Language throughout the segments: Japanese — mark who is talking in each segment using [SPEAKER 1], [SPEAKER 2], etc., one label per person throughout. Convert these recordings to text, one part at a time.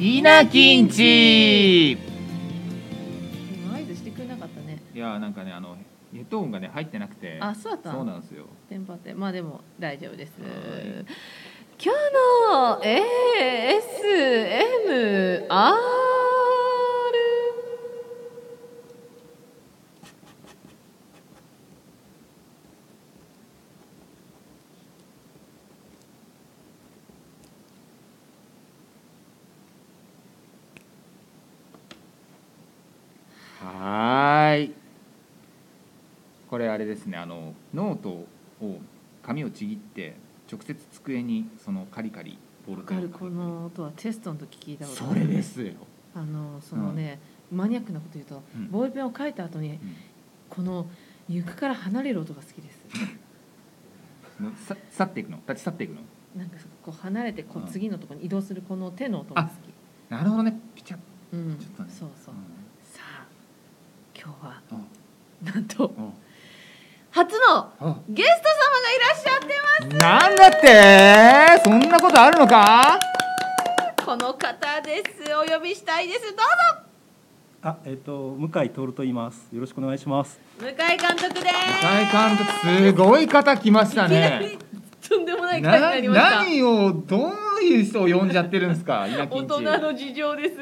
[SPEAKER 1] イナキンチ
[SPEAKER 2] 今合図してくれなかったね
[SPEAKER 1] いやーなんかねあのヘッドホンがね入ってなくて
[SPEAKER 2] あそうだった
[SPEAKER 1] そうなんですよ
[SPEAKER 2] テンパってまあでも大丈夫です
[SPEAKER 1] はい
[SPEAKER 2] 今日の ASMR
[SPEAKER 1] はーいこれあれですねあのノートを紙をちぎって直接机にそのカリカリボール
[SPEAKER 2] わ
[SPEAKER 1] ペ
[SPEAKER 2] か
[SPEAKER 1] ンを
[SPEAKER 2] るこの音はテストの時聞いたこと
[SPEAKER 1] それですよ、
[SPEAKER 2] あのそのね、マニアックなこと言うと
[SPEAKER 1] うん
[SPEAKER 2] ボールペンを書いた後にこの床から離れる音が好きです
[SPEAKER 1] うんさ去っていくの立ち去っていくの
[SPEAKER 2] なんかこう離れてこ
[SPEAKER 1] うん
[SPEAKER 2] う次のところに移動するこの手の音が好き
[SPEAKER 1] なるほどねピチャッ
[SPEAKER 2] うん
[SPEAKER 1] ちょっとね
[SPEAKER 2] そうそう、さあ今日は
[SPEAKER 1] うん
[SPEAKER 2] なんと
[SPEAKER 1] うん
[SPEAKER 2] 初の
[SPEAKER 1] うんうん
[SPEAKER 2] ゲスト様がいらっしゃって
[SPEAKER 1] なんだってそんなことあるのか
[SPEAKER 2] ますこの方ですお呼びしたいですど
[SPEAKER 3] あ、えっ、と向井徹と言います。よろしくお願いします。
[SPEAKER 2] うぞ向井監督です
[SPEAKER 1] 大監督すごい方来ました
[SPEAKER 2] いき
[SPEAKER 1] ね
[SPEAKER 2] なりとんでもない回に
[SPEAKER 1] な
[SPEAKER 2] なりまし
[SPEAKER 1] 何
[SPEAKER 2] た
[SPEAKER 1] をどういう人を呼んじゃってるんですか稲
[SPEAKER 2] 大
[SPEAKER 1] 金
[SPEAKER 2] 人
[SPEAKER 1] 地
[SPEAKER 2] の事情です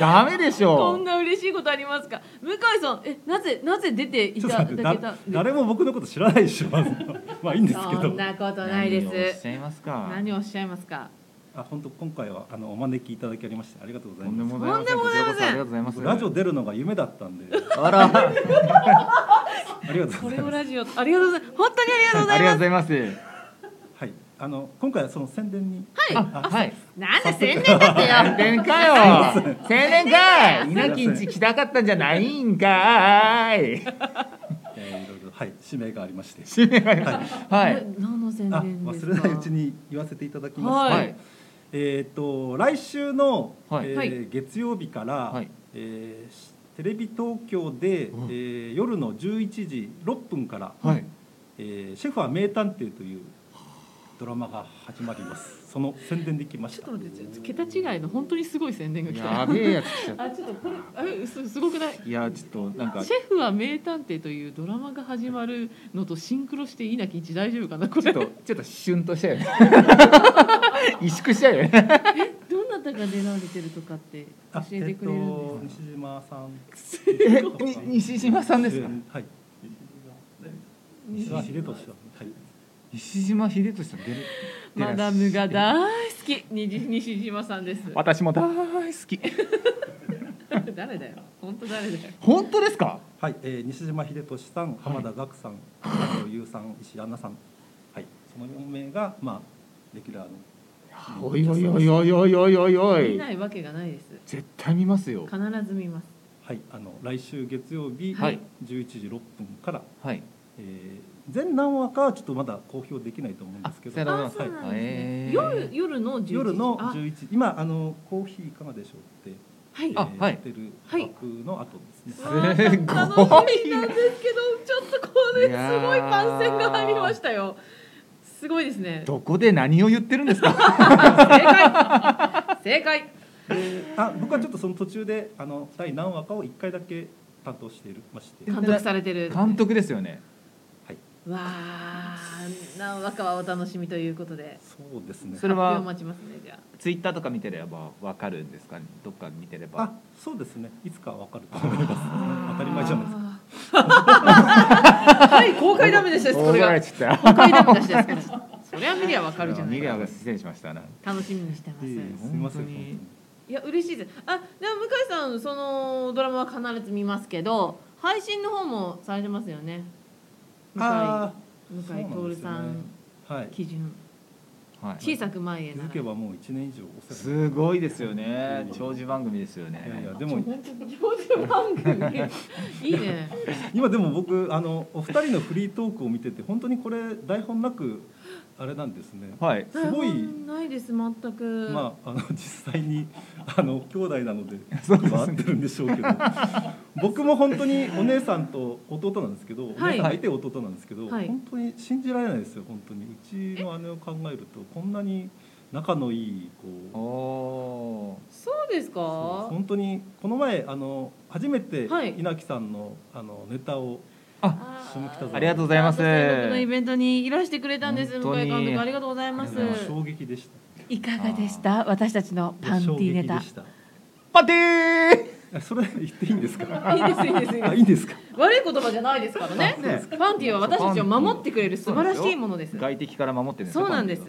[SPEAKER 1] ダメでし
[SPEAKER 2] こ
[SPEAKER 1] ょ
[SPEAKER 2] ん
[SPEAKER 1] う
[SPEAKER 2] な嬉しいことありますか向井さんえなぜなぜ出てい
[SPEAKER 3] ちょ
[SPEAKER 2] た
[SPEAKER 3] っと
[SPEAKER 2] だ
[SPEAKER 3] 待
[SPEAKER 2] け
[SPEAKER 3] っ
[SPEAKER 2] た
[SPEAKER 3] て、だ
[SPEAKER 2] んです
[SPEAKER 3] 誰も僕のこと知らないで しょ。まずまあいいんですけ
[SPEAKER 2] そん
[SPEAKER 3] ど。
[SPEAKER 2] なことないで
[SPEAKER 1] 何をおっ
[SPEAKER 2] す
[SPEAKER 1] しゃいますか
[SPEAKER 2] 何をおっしゃいますか
[SPEAKER 3] あ、本当今回はあのお招きいただきありましてありがとうござ
[SPEAKER 1] と
[SPEAKER 3] い
[SPEAKER 1] んで
[SPEAKER 3] ま。
[SPEAKER 1] もございません
[SPEAKER 2] とんでもござ
[SPEAKER 1] こちら
[SPEAKER 2] いません
[SPEAKER 1] こそありがとうございますす
[SPEAKER 3] ラジオ出るのが夢だったんで、
[SPEAKER 1] あら
[SPEAKER 3] ありがとう
[SPEAKER 2] こ
[SPEAKER 3] ござ
[SPEAKER 2] れ
[SPEAKER 3] い
[SPEAKER 2] を
[SPEAKER 3] ます。
[SPEAKER 2] ラジオありがとうございます本当にありがとうござ
[SPEAKER 1] あ
[SPEAKER 2] い
[SPEAKER 1] りがとう
[SPEAKER 2] ま
[SPEAKER 1] ございます
[SPEAKER 3] はい、あの今回はその宣伝に。
[SPEAKER 1] あはい
[SPEAKER 2] すなんで宣伝だって
[SPEAKER 1] 宣伝
[SPEAKER 2] よ
[SPEAKER 1] かよ宣伝か い
[SPEAKER 3] すいませ
[SPEAKER 1] 稲
[SPEAKER 3] ん
[SPEAKER 1] 金地来たかったんじゃないんかい
[SPEAKER 3] えー、いろいろはい使命がありまして。
[SPEAKER 1] 締めが はい
[SPEAKER 2] え何の宣
[SPEAKER 3] あ、
[SPEAKER 2] 伝ですか
[SPEAKER 3] 忘れないうちに言わせていただきますと、
[SPEAKER 2] はい
[SPEAKER 1] はい
[SPEAKER 3] えっ、と来週の、
[SPEAKER 1] はい
[SPEAKER 3] えー
[SPEAKER 2] はい
[SPEAKER 3] 月曜日から、
[SPEAKER 1] はい
[SPEAKER 3] えーしテレビ東京で、
[SPEAKER 1] うん
[SPEAKER 3] えー夜の11時6分から、
[SPEAKER 1] はい
[SPEAKER 3] えーシェフは名探偵というドラマが始まります。その宣伝できまし
[SPEAKER 2] ちょったと。待ってちょっと桁違いの本当にすごい宣伝が来
[SPEAKER 1] や
[SPEAKER 2] た
[SPEAKER 1] べえやつ来ちゃった
[SPEAKER 2] あちょっとこれあれすすごくない
[SPEAKER 1] いやちょっとなんか
[SPEAKER 2] シェフは名探偵というドラマが始まるのとシンクロしていなき一大丈夫かなこ
[SPEAKER 1] ちょ
[SPEAKER 2] れ
[SPEAKER 1] っと
[SPEAKER 2] ど
[SPEAKER 1] ちょっとシュンとしたよ ね萎縮したよね
[SPEAKER 2] なたが出られてるとかって教
[SPEAKER 3] あ
[SPEAKER 2] えてくれるん
[SPEAKER 3] えっと西島さん。
[SPEAKER 1] えに西島さんですか
[SPEAKER 3] 主演はい。
[SPEAKER 2] で
[SPEAKER 3] 西
[SPEAKER 2] す
[SPEAKER 3] 島
[SPEAKER 2] か
[SPEAKER 3] 秀俊さん。はい。
[SPEAKER 1] 西島秀俊さん出る出ら
[SPEAKER 2] マ
[SPEAKER 1] っしゃる
[SPEAKER 2] ダムが大好きにじ 西島さんです
[SPEAKER 1] 私も大好き
[SPEAKER 2] 誰だよ本当誰だよ
[SPEAKER 1] 本当ですか
[SPEAKER 3] はい、えー西島秀俊さん、浜田岳さん、加藤優さん、石井アンナさん。はい、その四名が、まあ、レギュラーの。
[SPEAKER 1] おいおいおいおいおいおいおいお
[SPEAKER 2] 見
[SPEAKER 1] い
[SPEAKER 2] ないわけがないです
[SPEAKER 1] 絶対見ますよ
[SPEAKER 2] 必ず見ます
[SPEAKER 3] はい、あの、来週月曜日、
[SPEAKER 1] はい
[SPEAKER 3] 11時6分から、
[SPEAKER 1] はい
[SPEAKER 3] えー全何話かはちょっとまだ公表できないと思うんですけ
[SPEAKER 1] あ
[SPEAKER 3] ど。
[SPEAKER 1] なるほど
[SPEAKER 2] あそうなんです
[SPEAKER 1] へー
[SPEAKER 2] ね夜夜の11時
[SPEAKER 3] 夜の
[SPEAKER 2] あ
[SPEAKER 3] 11時、今、あの、コーヒーいかがでしょうって。
[SPEAKER 2] はい
[SPEAKER 1] あはい
[SPEAKER 3] やってる
[SPEAKER 2] はい
[SPEAKER 3] 枠の後ですね。
[SPEAKER 1] ごい
[SPEAKER 2] わあ楽しみなんですけどちょっとこれ
[SPEAKER 1] い
[SPEAKER 2] す
[SPEAKER 1] やー
[SPEAKER 2] ごい番宣が入りましたよすごいですね
[SPEAKER 1] どこで何を言ってるんです か
[SPEAKER 2] 正解
[SPEAKER 3] あ、僕はちょっとその途中で、あの、第何話かを一回だけ担当していまして。
[SPEAKER 2] 監督されてる
[SPEAKER 1] 監督ですよね
[SPEAKER 2] わあ何話かはお楽しみということで
[SPEAKER 3] そうですね
[SPEAKER 1] そ。れ
[SPEAKER 2] 発表
[SPEAKER 1] は
[SPEAKER 2] 待ちますねじゃあ
[SPEAKER 1] ツイッターとか見てればわかるんですかどっか見てれば
[SPEAKER 3] あ、そうですね。いつかわかると思います。当たり前じゃないですか。
[SPEAKER 2] あーはい公開ダメでしたですこれ
[SPEAKER 1] 怒ら
[SPEAKER 2] が
[SPEAKER 1] れちゃった
[SPEAKER 2] 公開ダメでしたですこれそりゃ見りゃわかるじゃな
[SPEAKER 1] ミ
[SPEAKER 2] い
[SPEAKER 1] リア
[SPEAKER 2] か
[SPEAKER 1] が失礼しましたな
[SPEAKER 2] 楽しみにしてます
[SPEAKER 3] いえいえ
[SPEAKER 2] い
[SPEAKER 3] すみません。
[SPEAKER 1] 本当に
[SPEAKER 2] や嬉しいですあでも向井さんそのドラマは必ず見ますけど配信の方もされてますよね向井
[SPEAKER 3] あ
[SPEAKER 2] 向井
[SPEAKER 3] そうなんで
[SPEAKER 2] 徹
[SPEAKER 3] す
[SPEAKER 2] さ
[SPEAKER 3] よね
[SPEAKER 2] ん
[SPEAKER 3] あ、はい。
[SPEAKER 2] 基準
[SPEAKER 1] はい
[SPEAKER 2] 小さく前へ
[SPEAKER 3] 気
[SPEAKER 2] な
[SPEAKER 3] づ
[SPEAKER 2] ら
[SPEAKER 3] けばもう一年以上お世話に
[SPEAKER 1] すごいですよね長寿番組ですよね
[SPEAKER 3] いやいや
[SPEAKER 2] で
[SPEAKER 3] で
[SPEAKER 2] も
[SPEAKER 3] も
[SPEAKER 2] 本当に上手番組いいね
[SPEAKER 3] 今でも僕あのお二人のフリートークを見てて本当にこれ台本なくあれなんですね。
[SPEAKER 1] はい
[SPEAKER 3] すご
[SPEAKER 2] 台
[SPEAKER 3] い
[SPEAKER 2] 本ないです全く、
[SPEAKER 3] まああの実際にあの兄弟なので
[SPEAKER 1] そうですね
[SPEAKER 3] 今合ってるんでしょうけど、僕も本当にお姉さんと弟なんですけど、お
[SPEAKER 2] はい
[SPEAKER 3] 姉さんがいて弟なんですけど、
[SPEAKER 2] はい
[SPEAKER 3] 本当に信じられないですよ本当にうちの姉を考えるとこんなに仲のいい
[SPEAKER 1] お
[SPEAKER 3] こう
[SPEAKER 1] お
[SPEAKER 2] そうですか
[SPEAKER 3] そう本当にこの前あの初めて
[SPEAKER 2] はい
[SPEAKER 3] 稲木さんのあのネタを
[SPEAKER 2] あ
[SPEAKER 3] 下北沢
[SPEAKER 1] ー。ありがとうございます。
[SPEAKER 2] のイベントにいらしてくれたんです向
[SPEAKER 1] 本当
[SPEAKER 2] 井
[SPEAKER 1] に
[SPEAKER 2] 監督ありがとうございます
[SPEAKER 1] ありがとうござい
[SPEAKER 3] 衝撃でした
[SPEAKER 4] いかがでした私たちのパンテ
[SPEAKER 3] 衝
[SPEAKER 4] ィ
[SPEAKER 3] 撃
[SPEAKER 4] ネ
[SPEAKER 3] で
[SPEAKER 4] タ
[SPEAKER 3] した
[SPEAKER 1] パティ
[SPEAKER 3] あそれ言っていいんですか
[SPEAKER 2] いいですいいですいい
[SPEAKER 3] あ
[SPEAKER 2] で
[SPEAKER 3] いいんですか
[SPEAKER 2] す悪い言葉じゃないですからね
[SPEAKER 1] そうです
[SPEAKER 2] ファンティは私たちを守ってくれる素晴らしいものです
[SPEAKER 1] ー。外敵から守ってるんですよ
[SPEAKER 2] そうなんです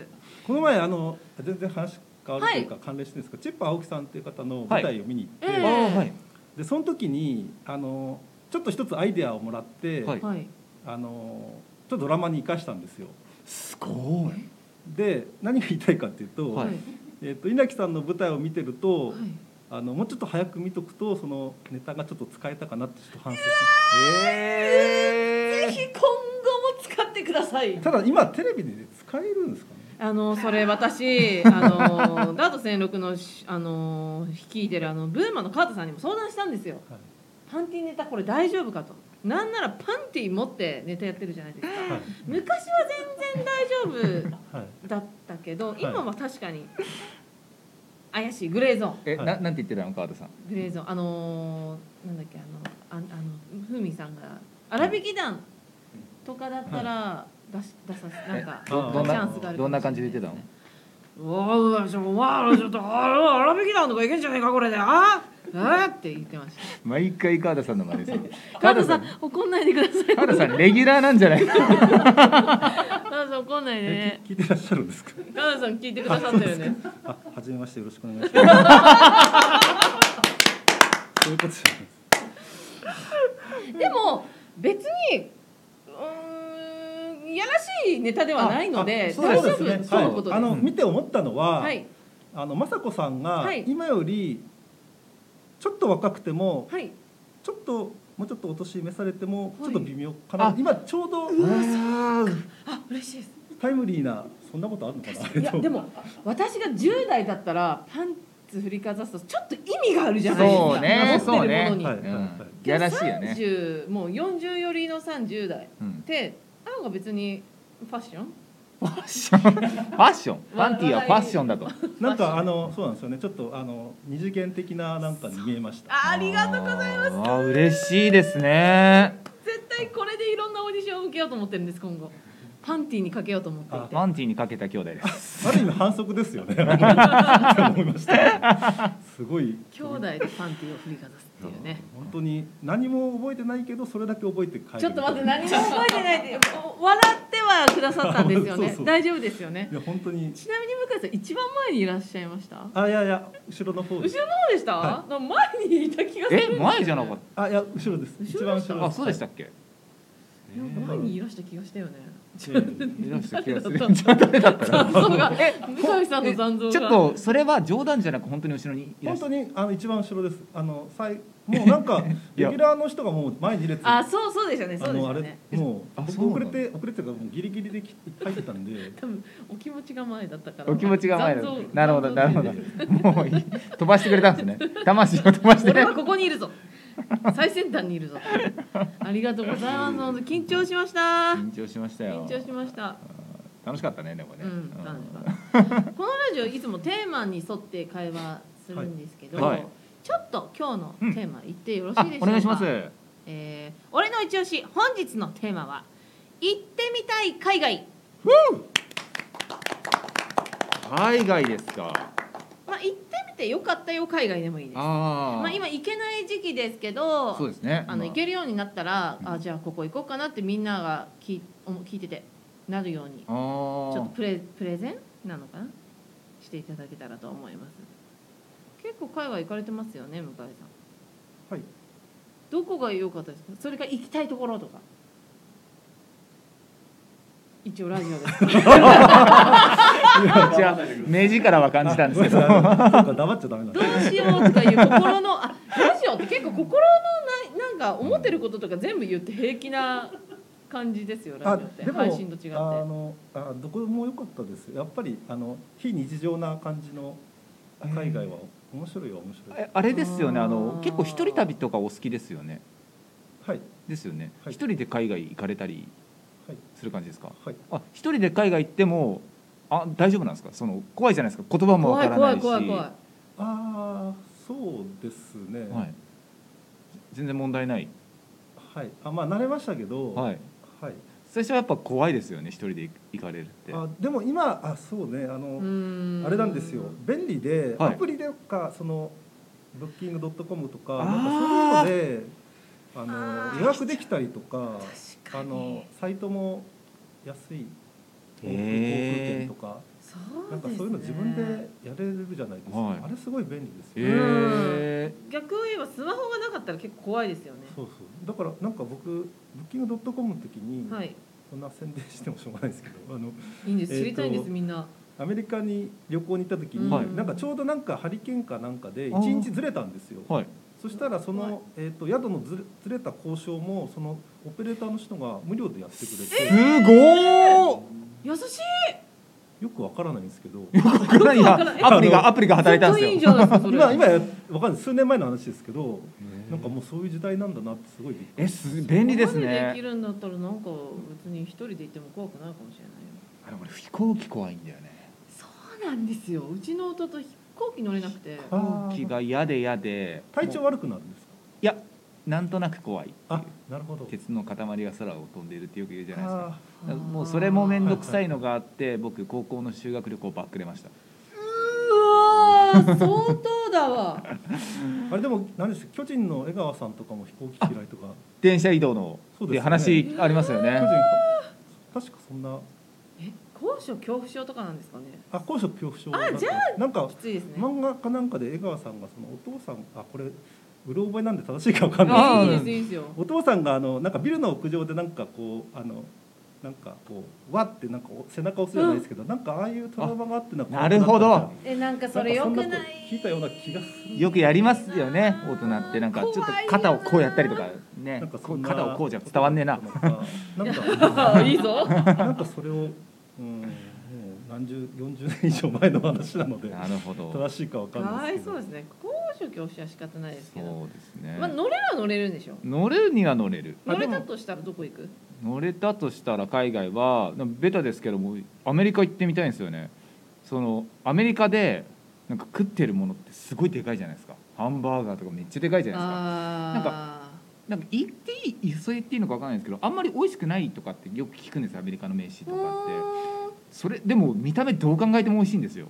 [SPEAKER 3] この前あの全然話変わるというか関連してるんですけど、チップ青木さんっていう方の舞台を見に行っ
[SPEAKER 1] パンティ
[SPEAKER 2] え
[SPEAKER 3] て、
[SPEAKER 2] え
[SPEAKER 1] はあーはい
[SPEAKER 3] でその時にあのちょっと一つアイデアをもらって、
[SPEAKER 1] はい
[SPEAKER 2] はい
[SPEAKER 3] あのちょっとドラマに生かしたんですよ。
[SPEAKER 1] すごい。
[SPEAKER 3] で何が言いたいかっていうと,、
[SPEAKER 1] はい
[SPEAKER 3] えっと稲木さんの舞台を見てると、
[SPEAKER 2] はい
[SPEAKER 3] あのもうちょっと早く見とくとそのネタがちょっと使えたかなってちょっと反省し
[SPEAKER 1] え
[SPEAKER 2] ぜひ今後も使ってください
[SPEAKER 3] たただ今テレビで使えるんですかね
[SPEAKER 2] あのそれ 私あのダート16のしあの率いてるあのブーマのカートさんにも相談したんですよ、
[SPEAKER 3] はい
[SPEAKER 2] パンティネタこれ大丈夫かとなんならパンティ持ってネタやってるじゃないですか
[SPEAKER 3] はい
[SPEAKER 2] 昔は全然大丈
[SPEAKER 3] はい
[SPEAKER 2] 夫だったけど今は確かに怪しいグレーゾーン
[SPEAKER 1] え、
[SPEAKER 3] はい
[SPEAKER 1] ななんて言ってたのカードさん。
[SPEAKER 2] グレーゾーンあのーなんだっけあのああのふみさんが粗挽き団とかだったら出し出させなんか
[SPEAKER 1] え
[SPEAKER 2] チ
[SPEAKER 1] ど
[SPEAKER 3] あー
[SPEAKER 1] どん
[SPEAKER 2] ャ
[SPEAKER 1] な
[SPEAKER 2] ンスがあるかもしれいすね
[SPEAKER 1] どんな感じで言ってたの？
[SPEAKER 2] うわちょお前らちょっとあれは荒引き団とかいけんじゃねえかこれでああって言ってまし
[SPEAKER 1] 毎回カードさんの真似す る。
[SPEAKER 2] た
[SPEAKER 1] カ
[SPEAKER 2] 加
[SPEAKER 1] ード
[SPEAKER 2] 藤
[SPEAKER 1] さん
[SPEAKER 2] さん怒んないでください
[SPEAKER 1] カードさんレギュラーなんじゃ ない？
[SPEAKER 2] 加藤さん怒んないで
[SPEAKER 3] え
[SPEAKER 2] ね
[SPEAKER 3] 聞聞いてらっしゃるんですか
[SPEAKER 2] 加藤さん聞いてくださったよね
[SPEAKER 3] あはじめましてよろしくお願いしますそういうことじゃないです
[SPEAKER 2] でも別にうーんいやらしいネタではないので
[SPEAKER 1] そう
[SPEAKER 2] 大
[SPEAKER 1] で
[SPEAKER 2] 丈
[SPEAKER 1] すねそうで
[SPEAKER 2] 夫
[SPEAKER 1] す
[SPEAKER 2] とのことで
[SPEAKER 3] はい、あ
[SPEAKER 2] す
[SPEAKER 3] の見て思ったのは、
[SPEAKER 2] はい
[SPEAKER 3] あの雅子さんが
[SPEAKER 2] はい
[SPEAKER 3] 今よりちょっと若くても、
[SPEAKER 2] はい
[SPEAKER 3] ちょっともうちょっとお年召されても
[SPEAKER 2] は
[SPEAKER 3] ち
[SPEAKER 2] い
[SPEAKER 3] ょっと微妙かな、
[SPEAKER 1] あ
[SPEAKER 3] 今ちょうど
[SPEAKER 2] あ嬉しいです
[SPEAKER 3] タイムリーなそんなことあるのかなえ
[SPEAKER 2] い
[SPEAKER 3] っ
[SPEAKER 2] や
[SPEAKER 3] と
[SPEAKER 2] でも私が10代だったらパンツ振りかざすとちょっと意味があるじゃないですか
[SPEAKER 1] そうね、
[SPEAKER 2] 持
[SPEAKER 1] そ
[SPEAKER 2] っ
[SPEAKER 1] う
[SPEAKER 2] てるも
[SPEAKER 1] ね
[SPEAKER 2] の。に、
[SPEAKER 3] は
[SPEAKER 1] う
[SPEAKER 3] い
[SPEAKER 1] んいやらしいよね。
[SPEAKER 2] 30もう40寄りの30代
[SPEAKER 1] うん
[SPEAKER 2] でなんか別にファッション
[SPEAKER 1] ファッション、ファッション、パンティーはファッションだと。
[SPEAKER 3] なんかあのそうなんですよねちょっとあの二次元的ななんかに見えま した
[SPEAKER 2] ありがとうございます
[SPEAKER 1] す。嬉しいですね。
[SPEAKER 2] 絶対これでいろんなオーディションを受けようと思ってるんです今後パンティーにかけようと思っていて
[SPEAKER 1] パンティーにかけた兄弟です。
[SPEAKER 3] ある意味反則ですよね って思いましたすごい
[SPEAKER 2] 兄弟でパンティーを振りかざすっていうね
[SPEAKER 3] 本当に何も覚えてないけどそれだけ覚えて帰る
[SPEAKER 2] ちょっと待って何も覚えてないでお笑ってはくださったんですよね
[SPEAKER 3] そうそう
[SPEAKER 2] 大丈夫ですよね
[SPEAKER 3] いや本当に
[SPEAKER 2] ちなみに向井さん一番前にいらっしゃいました
[SPEAKER 3] あいやいや後ろの方
[SPEAKER 2] 後ろの
[SPEAKER 3] です
[SPEAKER 2] 方でした、
[SPEAKER 3] は
[SPEAKER 2] なんか前にいた気がするんです
[SPEAKER 1] え
[SPEAKER 2] よ、ね
[SPEAKER 1] 前じゃなかっ
[SPEAKER 3] あいや後ろです一
[SPEAKER 2] 後
[SPEAKER 3] 番
[SPEAKER 2] ろでし
[SPEAKER 3] 後ろです
[SPEAKER 2] た
[SPEAKER 1] た。あ、そうでした
[SPEAKER 3] は
[SPEAKER 1] っけ。
[SPEAKER 2] なんか前にいらした気がしたよね
[SPEAKER 3] いええ
[SPEAKER 1] いらした気がする。
[SPEAKER 2] 誰
[SPEAKER 1] じ
[SPEAKER 2] だ
[SPEAKER 1] ゃ
[SPEAKER 2] った
[SPEAKER 1] あ誰だったの
[SPEAKER 2] 残像 が向井さんの残像が
[SPEAKER 1] ちょっとそれは冗談じゃなく本当に後ろにいらっ
[SPEAKER 3] 本
[SPEAKER 1] しゃ
[SPEAKER 3] 当
[SPEAKER 1] る
[SPEAKER 3] にあの一番後ろです。あの最もうなんかレギュラーの人がもう前に列。
[SPEAKER 2] あそうそうですよねそ
[SPEAKER 3] あ
[SPEAKER 2] うです
[SPEAKER 3] のあ
[SPEAKER 2] よ
[SPEAKER 3] れ
[SPEAKER 2] ね
[SPEAKER 3] もう
[SPEAKER 1] あ
[SPEAKER 3] 僕
[SPEAKER 1] そうな
[SPEAKER 3] 遅
[SPEAKER 1] んだ
[SPEAKER 3] れて遅れてたからもうギリギリでき入ってたんで
[SPEAKER 2] 多分お気持ちが前だったから
[SPEAKER 1] お気持ちが前だ
[SPEAKER 2] 残像
[SPEAKER 1] なるほど
[SPEAKER 2] 残像
[SPEAKER 1] なるほどもういい飛ばしてくれたんです ね魂を飛ばして
[SPEAKER 2] 俺はここにいるぞ最先端にいるぞありがとうございます本当緊張しました
[SPEAKER 1] 緊張しましたよ
[SPEAKER 2] 緊張しました
[SPEAKER 1] 楽しかったねでもね、
[SPEAKER 2] うん
[SPEAKER 1] うん
[SPEAKER 2] 楽しかったこのラジオいつもテーマに沿って会話するんですけど、
[SPEAKER 1] はいはい
[SPEAKER 2] ちょっと今日のテーマ言ってよろしい
[SPEAKER 1] あ
[SPEAKER 2] でしょうか、
[SPEAKER 1] お願いしますは
[SPEAKER 2] えー俺の一押し本日のテーマは行ってみたい海外
[SPEAKER 1] い海外ですか
[SPEAKER 2] まあ行ってみてよかったよ海外でもいいです
[SPEAKER 1] ああ
[SPEAKER 2] まあ今行けない時期ですけど
[SPEAKER 1] そうですね
[SPEAKER 2] あの
[SPEAKER 1] ま
[SPEAKER 2] 行けるようになったら、
[SPEAKER 1] うん
[SPEAKER 2] あじゃあここ行こうかなってみんなが聞いおも聞いててなるように
[SPEAKER 1] あー
[SPEAKER 2] ちょっとプレプレゼンなのかなしていただけたらと思います結構海外行かれてますよね向井さん
[SPEAKER 3] はい
[SPEAKER 2] どこが良かったですかそれか行きたいところとか一応ラジオです
[SPEAKER 1] じゃあ目力は感じたんですけ
[SPEAKER 3] そ
[SPEAKER 1] ど
[SPEAKER 3] うか黙っちゃダメなん
[SPEAKER 2] ど
[SPEAKER 3] だ
[SPEAKER 2] うしようとかいう心のあラジオって結構心のななんか思ってることとか全部言って平気な感じですよラ
[SPEAKER 3] あ
[SPEAKER 2] ジオって
[SPEAKER 3] でも
[SPEAKER 2] 配信と違って
[SPEAKER 3] あのあどこも良かったですやっぱりあの非日常な感じの海外は面白いは面白い
[SPEAKER 1] えあれですよねあ
[SPEAKER 2] あ
[SPEAKER 1] の
[SPEAKER 2] ー
[SPEAKER 1] 結構一人旅とかお好きですよね
[SPEAKER 3] はい
[SPEAKER 1] ですよね一、
[SPEAKER 3] はい
[SPEAKER 1] 人で海外行かれたり
[SPEAKER 3] はい
[SPEAKER 1] する感じですか
[SPEAKER 3] はい
[SPEAKER 1] あ一人で海外行ってもあ大丈夫なんですかその怖いじゃないですか言葉もわ
[SPEAKER 2] 怖
[SPEAKER 1] か
[SPEAKER 2] い
[SPEAKER 1] らな
[SPEAKER 2] 怖
[SPEAKER 1] いし
[SPEAKER 2] い怖い怖い
[SPEAKER 3] ああそうですね
[SPEAKER 1] は
[SPEAKER 3] はい
[SPEAKER 1] い、全然問題ない、
[SPEAKER 3] あまあ慣れましたけど、
[SPEAKER 1] はいい、最初はやっぱ怖いですよね一人で行かれるって
[SPEAKER 3] あでも今あそうねあ
[SPEAKER 2] う
[SPEAKER 3] の、
[SPEAKER 2] ーん
[SPEAKER 3] あれなんですよ便利で、
[SPEAKER 1] はい
[SPEAKER 3] アプリでかそのブッキングドットコムとか
[SPEAKER 1] あー
[SPEAKER 3] なんかそういうのであの
[SPEAKER 2] あー
[SPEAKER 3] 予約できたりとか
[SPEAKER 2] 確か
[SPEAKER 3] あの
[SPEAKER 2] に
[SPEAKER 3] サイトも安い航空航空
[SPEAKER 1] へ
[SPEAKER 3] 券
[SPEAKER 1] ー
[SPEAKER 3] とか、
[SPEAKER 2] そう
[SPEAKER 3] なん
[SPEAKER 2] です
[SPEAKER 3] か
[SPEAKER 2] ね
[SPEAKER 3] そういうの自分でやれるじゃないですか、
[SPEAKER 1] はい
[SPEAKER 3] あれすごい便利ですよ、
[SPEAKER 1] へえ
[SPEAKER 2] 逆を言えばスマホがなかったら結構怖いですよね
[SPEAKER 3] そうそうだからなんか僕ブッキングドットコムの時に、
[SPEAKER 2] はい
[SPEAKER 3] そんな宣伝してもしょうがないですけどあの
[SPEAKER 2] いいんです知りたいんで
[SPEAKER 3] えー
[SPEAKER 2] す
[SPEAKER 3] と
[SPEAKER 2] みんな
[SPEAKER 3] アメリカに旅行に行った時に、
[SPEAKER 1] はい
[SPEAKER 3] なんかちょうどなんかハリケーンかなんかで
[SPEAKER 1] あー
[SPEAKER 3] 1日ずれたんですよ
[SPEAKER 1] はい
[SPEAKER 3] そしたらそ
[SPEAKER 2] はい
[SPEAKER 3] の、えー、と宿のずれずれた交渉もそのオペレーターの人が無料でやってくれて、
[SPEAKER 1] すごー
[SPEAKER 2] 優しい
[SPEAKER 3] よくわからないんですけど
[SPEAKER 1] 僕らには
[SPEAKER 2] よくわから
[SPEAKER 1] アプリ
[SPEAKER 3] あ
[SPEAKER 1] が
[SPEAKER 3] の
[SPEAKER 1] アプリが働いたんです
[SPEAKER 2] ずっといい
[SPEAKER 1] よ
[SPEAKER 2] じゃないですかそ れ
[SPEAKER 3] 今今やわかんない数年前の話ですけど
[SPEAKER 1] へー
[SPEAKER 3] なんかもうそういう時代なんだなってすごいびっくり
[SPEAKER 1] えす便利です
[SPEAKER 2] そこまで
[SPEAKER 1] ね
[SPEAKER 2] できるんだったらなんか別に一人で行っても怖くないかもしれないよ
[SPEAKER 1] あれ俺飛行機怖いんだよね
[SPEAKER 2] そうなんですようちの弟飛行機乗れなくて
[SPEAKER 1] 飛行機が嫌で嫌で
[SPEAKER 3] 体
[SPEAKER 1] も
[SPEAKER 3] 調
[SPEAKER 1] う
[SPEAKER 3] 悪くなるんですか
[SPEAKER 1] いやなんとなく怖いってい
[SPEAKER 3] あ
[SPEAKER 1] う
[SPEAKER 3] なるほど
[SPEAKER 1] 鉄の塊が空を飛んでいるってよく言うじゃないですか
[SPEAKER 3] あ
[SPEAKER 1] だからもうそれも面倒くさいのがあって僕高校の修学旅行バックれました
[SPEAKER 2] うわー相当だわ
[SPEAKER 3] ーあれでも何でしたっけ巨人の江川さんとかも飛行機嫌いとか
[SPEAKER 1] 電車移動の
[SPEAKER 3] そうです
[SPEAKER 1] で
[SPEAKER 3] よね
[SPEAKER 1] 話ありますよ
[SPEAKER 3] 巨
[SPEAKER 1] ね
[SPEAKER 3] 人確かそんな
[SPEAKER 2] え高所恐怖症とかなんですかね
[SPEAKER 3] あ高所恐怖症あじゃあなんか
[SPEAKER 2] きついですね
[SPEAKER 3] 漫画かなんかで江川さんがそのお父さんあこれうろ覚えなんで正しいかわかんな
[SPEAKER 2] あ
[SPEAKER 3] い
[SPEAKER 2] いい
[SPEAKER 3] で
[SPEAKER 2] ですす
[SPEAKER 3] け
[SPEAKER 2] いいですよ
[SPEAKER 3] どお父さんがあのなんかビルの屋上でなんかこうあのなんかこうわってなんかお背中押すじゃないですけど、なんかああいうトラウマがあってなんか
[SPEAKER 1] なるほど
[SPEAKER 3] 怖くなった
[SPEAKER 2] え
[SPEAKER 3] み
[SPEAKER 2] なんか
[SPEAKER 3] た
[SPEAKER 2] それよ
[SPEAKER 3] ん
[SPEAKER 2] く
[SPEAKER 3] か
[SPEAKER 2] な
[SPEAKER 3] そんこと
[SPEAKER 2] い
[SPEAKER 3] 聞いたような気がする
[SPEAKER 1] よくやりますよね大人ってなんかちょっと肩をこうやったりとかね
[SPEAKER 3] なんか
[SPEAKER 1] こ
[SPEAKER 3] そ
[SPEAKER 1] うん
[SPEAKER 3] な
[SPEAKER 1] 肩をこうじゃ伝わんねえな
[SPEAKER 3] なんか
[SPEAKER 2] あいいぞ
[SPEAKER 3] なんかそれを、うん、もう何十四十年以上前の話なので
[SPEAKER 1] なるほど
[SPEAKER 3] 正しいかわかん
[SPEAKER 2] か
[SPEAKER 3] な
[SPEAKER 2] わ
[SPEAKER 3] い
[SPEAKER 2] い
[SPEAKER 3] ですけ
[SPEAKER 2] そ
[SPEAKER 3] ど
[SPEAKER 2] うですね高所恐怖症は仕方ないですけど、
[SPEAKER 1] そうですね
[SPEAKER 2] まあ、乗れは乗れるんでしょ
[SPEAKER 1] 乗れるには乗れる
[SPEAKER 3] あ
[SPEAKER 2] 乗
[SPEAKER 3] で
[SPEAKER 2] れ
[SPEAKER 3] も
[SPEAKER 2] たとしたらどこ行く
[SPEAKER 1] 乗れたとしたら海外はでもベタですけどもアメリカ行ってみたいんですよねそのアメリカでなんか食ってるものってすごいでかいじゃないですかハンバーガーとかめっちゃでかいじゃないですか
[SPEAKER 2] あ
[SPEAKER 1] なん
[SPEAKER 2] か
[SPEAKER 1] なんか言っていいそう言っていいのかわかんないですけどあんまり美味しくないとかってよく聞くんですよアメリカの名刺とかってそれでも見た目どう考えても美味しいんですよ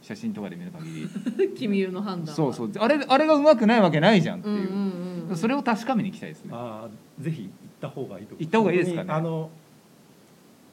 [SPEAKER 1] 写真とかで見る限り
[SPEAKER 2] 君流の判断は
[SPEAKER 1] そうそうあれあれがうまくないわけないじゃんって
[SPEAKER 2] うんう
[SPEAKER 1] い
[SPEAKER 2] ん
[SPEAKER 1] う、
[SPEAKER 2] うんうん
[SPEAKER 1] それを確かめに行きたいですね
[SPEAKER 3] ああぜひ行った方がいいと思う
[SPEAKER 1] 行った方がいいですかね
[SPEAKER 3] 本当にあの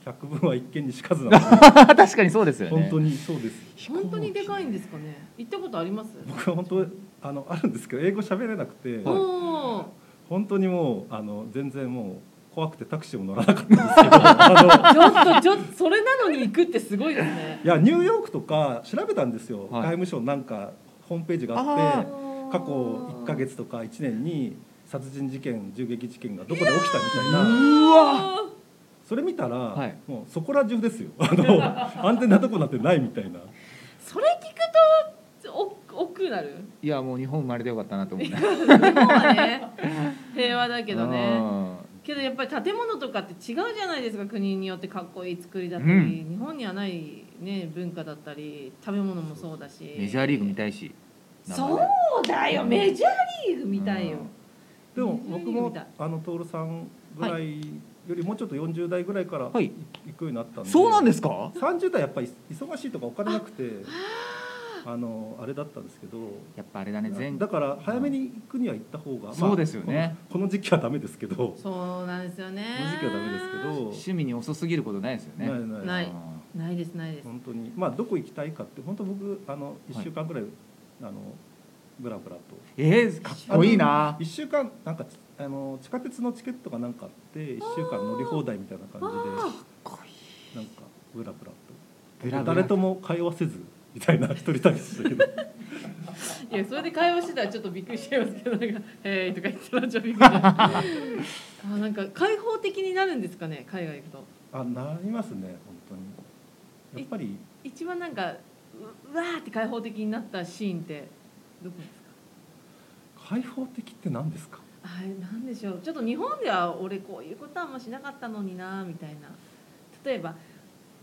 [SPEAKER 3] 百聞は一見にしかずなの
[SPEAKER 1] あ 確かにそうですよ
[SPEAKER 3] で
[SPEAKER 1] ね
[SPEAKER 3] 本当にそうです
[SPEAKER 2] 本当にでかいんですかね行ったことあります
[SPEAKER 3] 僕は本当あのあるんですけど英語喋れなく
[SPEAKER 1] は
[SPEAKER 3] て
[SPEAKER 1] い
[SPEAKER 2] おー
[SPEAKER 3] 本当にもうあの全然もう怖くてタクシーも乗らなかったんですけどあの
[SPEAKER 2] ちょっとちょっとそれなのに行くってすごいですね
[SPEAKER 3] いやニューヨークとか調べたんですよ、
[SPEAKER 1] はい
[SPEAKER 3] 外務省なんかホームページがあって過去1か月とか1年に殺人事件銃撃事件がどこで起きたみたいな。
[SPEAKER 1] うわ
[SPEAKER 3] それ見たら、
[SPEAKER 1] はい
[SPEAKER 3] もうそこら中ですよ あの安全なとこなんてないみたいな
[SPEAKER 2] それ聞くとお奥なる
[SPEAKER 1] いやもう日本生まれてよかったなと思 うね
[SPEAKER 2] 日本はね平和だけど
[SPEAKER 1] う
[SPEAKER 2] ね
[SPEAKER 1] ん
[SPEAKER 2] けどやっぱり建物とかって違うじゃないですか国によってかっこいい作りだった
[SPEAKER 1] う
[SPEAKER 2] り日本にはないね文化だったり食べ物もそうだし
[SPEAKER 1] メジャーリーグ見たいし
[SPEAKER 2] そう
[SPEAKER 1] 生
[SPEAKER 2] だよメジャーリーグみたいよ
[SPEAKER 1] うん
[SPEAKER 3] でも
[SPEAKER 2] うん
[SPEAKER 3] 僕
[SPEAKER 2] 見
[SPEAKER 3] も
[SPEAKER 2] たい
[SPEAKER 3] あの徹さんぐらいよりもうちょっと40代ぐらいから行
[SPEAKER 1] はい
[SPEAKER 3] くようになった
[SPEAKER 1] で
[SPEAKER 3] んで、
[SPEAKER 1] そうなんですか
[SPEAKER 3] 30代やっぱり忙しいとかお金なくてあのあれだったんですけど
[SPEAKER 1] やっぱあれだね全
[SPEAKER 3] だから早めに行くには行った方が、まあ
[SPEAKER 1] そうですよね
[SPEAKER 3] このこの時期はダメですけどこ
[SPEAKER 2] そうなんですよね
[SPEAKER 3] の時期はダメです
[SPEAKER 1] 趣味に遅すぎることないですよ
[SPEAKER 3] け
[SPEAKER 1] ね
[SPEAKER 3] ど、ないな
[SPEAKER 2] ないいないですないです
[SPEAKER 3] 本当にまあどこ行きたいかって本当僕あの1週間ぐらい、あのブラブラと
[SPEAKER 1] えー、かっこいいな
[SPEAKER 3] 1週間なんかあの地下鉄のチケットがなんかあって1週間乗り放題みたいな感
[SPEAKER 2] あ
[SPEAKER 3] じ
[SPEAKER 1] かっこいい
[SPEAKER 3] でなんかブラブラと
[SPEAKER 1] ブラブラ
[SPEAKER 3] 誰とも会話せずみたいな一人旅で したけど
[SPEAKER 2] いやそれで会話してたらちょっとびっくりしちゃいますけど なんか「へーい」とか言ってたらちょっとびっくりあーなんか開放的になるんですかね海外行くと
[SPEAKER 3] あなりますね本当にやっぱり
[SPEAKER 2] 一番なんかううわーって開放的になったシーンってどこですか
[SPEAKER 3] 開放的って何ですか
[SPEAKER 2] あれなんでしょうちょっと日本では俺こういうことはあんましなかったのになみたいな例えば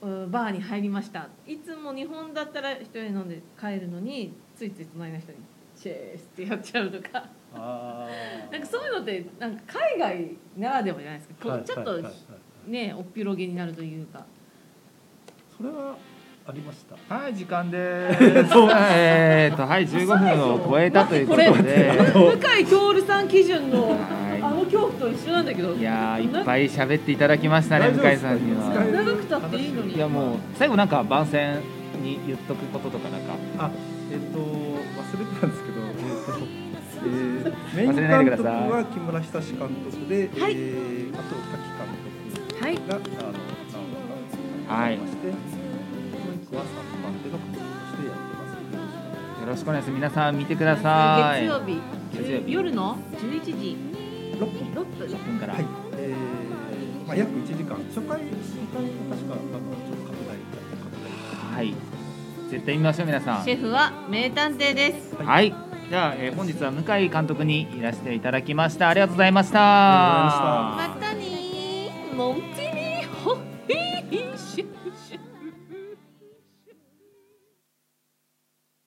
[SPEAKER 2] うんバーに入りましたいつも日本だったら一人飲んで帰るのについつい隣の人に「チェース」ってやっちゃうとか
[SPEAKER 3] あー
[SPEAKER 2] なんかそういうのってなんか海外ならではじゃないですか、こう
[SPEAKER 3] はい
[SPEAKER 2] ちょっと、
[SPEAKER 3] はいはいはい
[SPEAKER 2] ねおっぴろげになるというか
[SPEAKER 3] それはありました
[SPEAKER 1] はい時間で ーすえーっとはい15分を超えたということ
[SPEAKER 2] 待
[SPEAKER 1] で
[SPEAKER 2] 向井徹さん基準の
[SPEAKER 1] はい
[SPEAKER 2] あの恐怖と一緒なんだけど
[SPEAKER 1] いやーいっ
[SPEAKER 2] い
[SPEAKER 1] ぱい喋っていただきましたね
[SPEAKER 3] 大丈夫
[SPEAKER 1] 向井
[SPEAKER 3] です
[SPEAKER 1] さんに
[SPEAKER 3] 使え
[SPEAKER 1] は
[SPEAKER 3] る
[SPEAKER 2] 長くたっていいのに
[SPEAKER 1] いやもう最後なんか番宣に言っとくこととかなんか
[SPEAKER 3] あえっ、と忘れてたんですけど、えっ、と、えー、メイン
[SPEAKER 1] 忘れないで
[SPEAKER 3] 監
[SPEAKER 1] くだ
[SPEAKER 3] 督
[SPEAKER 1] さい
[SPEAKER 3] は木村久志監督で、
[SPEAKER 2] はい
[SPEAKER 3] えーあと滝
[SPEAKER 2] はい
[SPEAKER 3] 監督が、あの
[SPEAKER 1] は
[SPEAKER 3] はいいまして、もう一個は三番手の監督としてやってます。
[SPEAKER 1] よろしくお願いします皆さん見てください
[SPEAKER 2] 月曜日
[SPEAKER 1] 月曜日
[SPEAKER 2] 夜の11時
[SPEAKER 3] 六
[SPEAKER 2] 6
[SPEAKER 3] 本。
[SPEAKER 2] 分
[SPEAKER 1] 1分から、
[SPEAKER 3] はい。えー、まあ約一時間。初回初回確かあのちょっと拡大拡大。
[SPEAKER 1] はい、絶対見ましょう皆さん
[SPEAKER 2] シェフは名探偵です
[SPEAKER 1] はい、じゃあ、えー本日は向井監督にいらしていただきましたありがとうございまし
[SPEAKER 3] ありがとうござ
[SPEAKER 1] た
[SPEAKER 2] ま
[SPEAKER 3] いました
[SPEAKER 2] たねー文句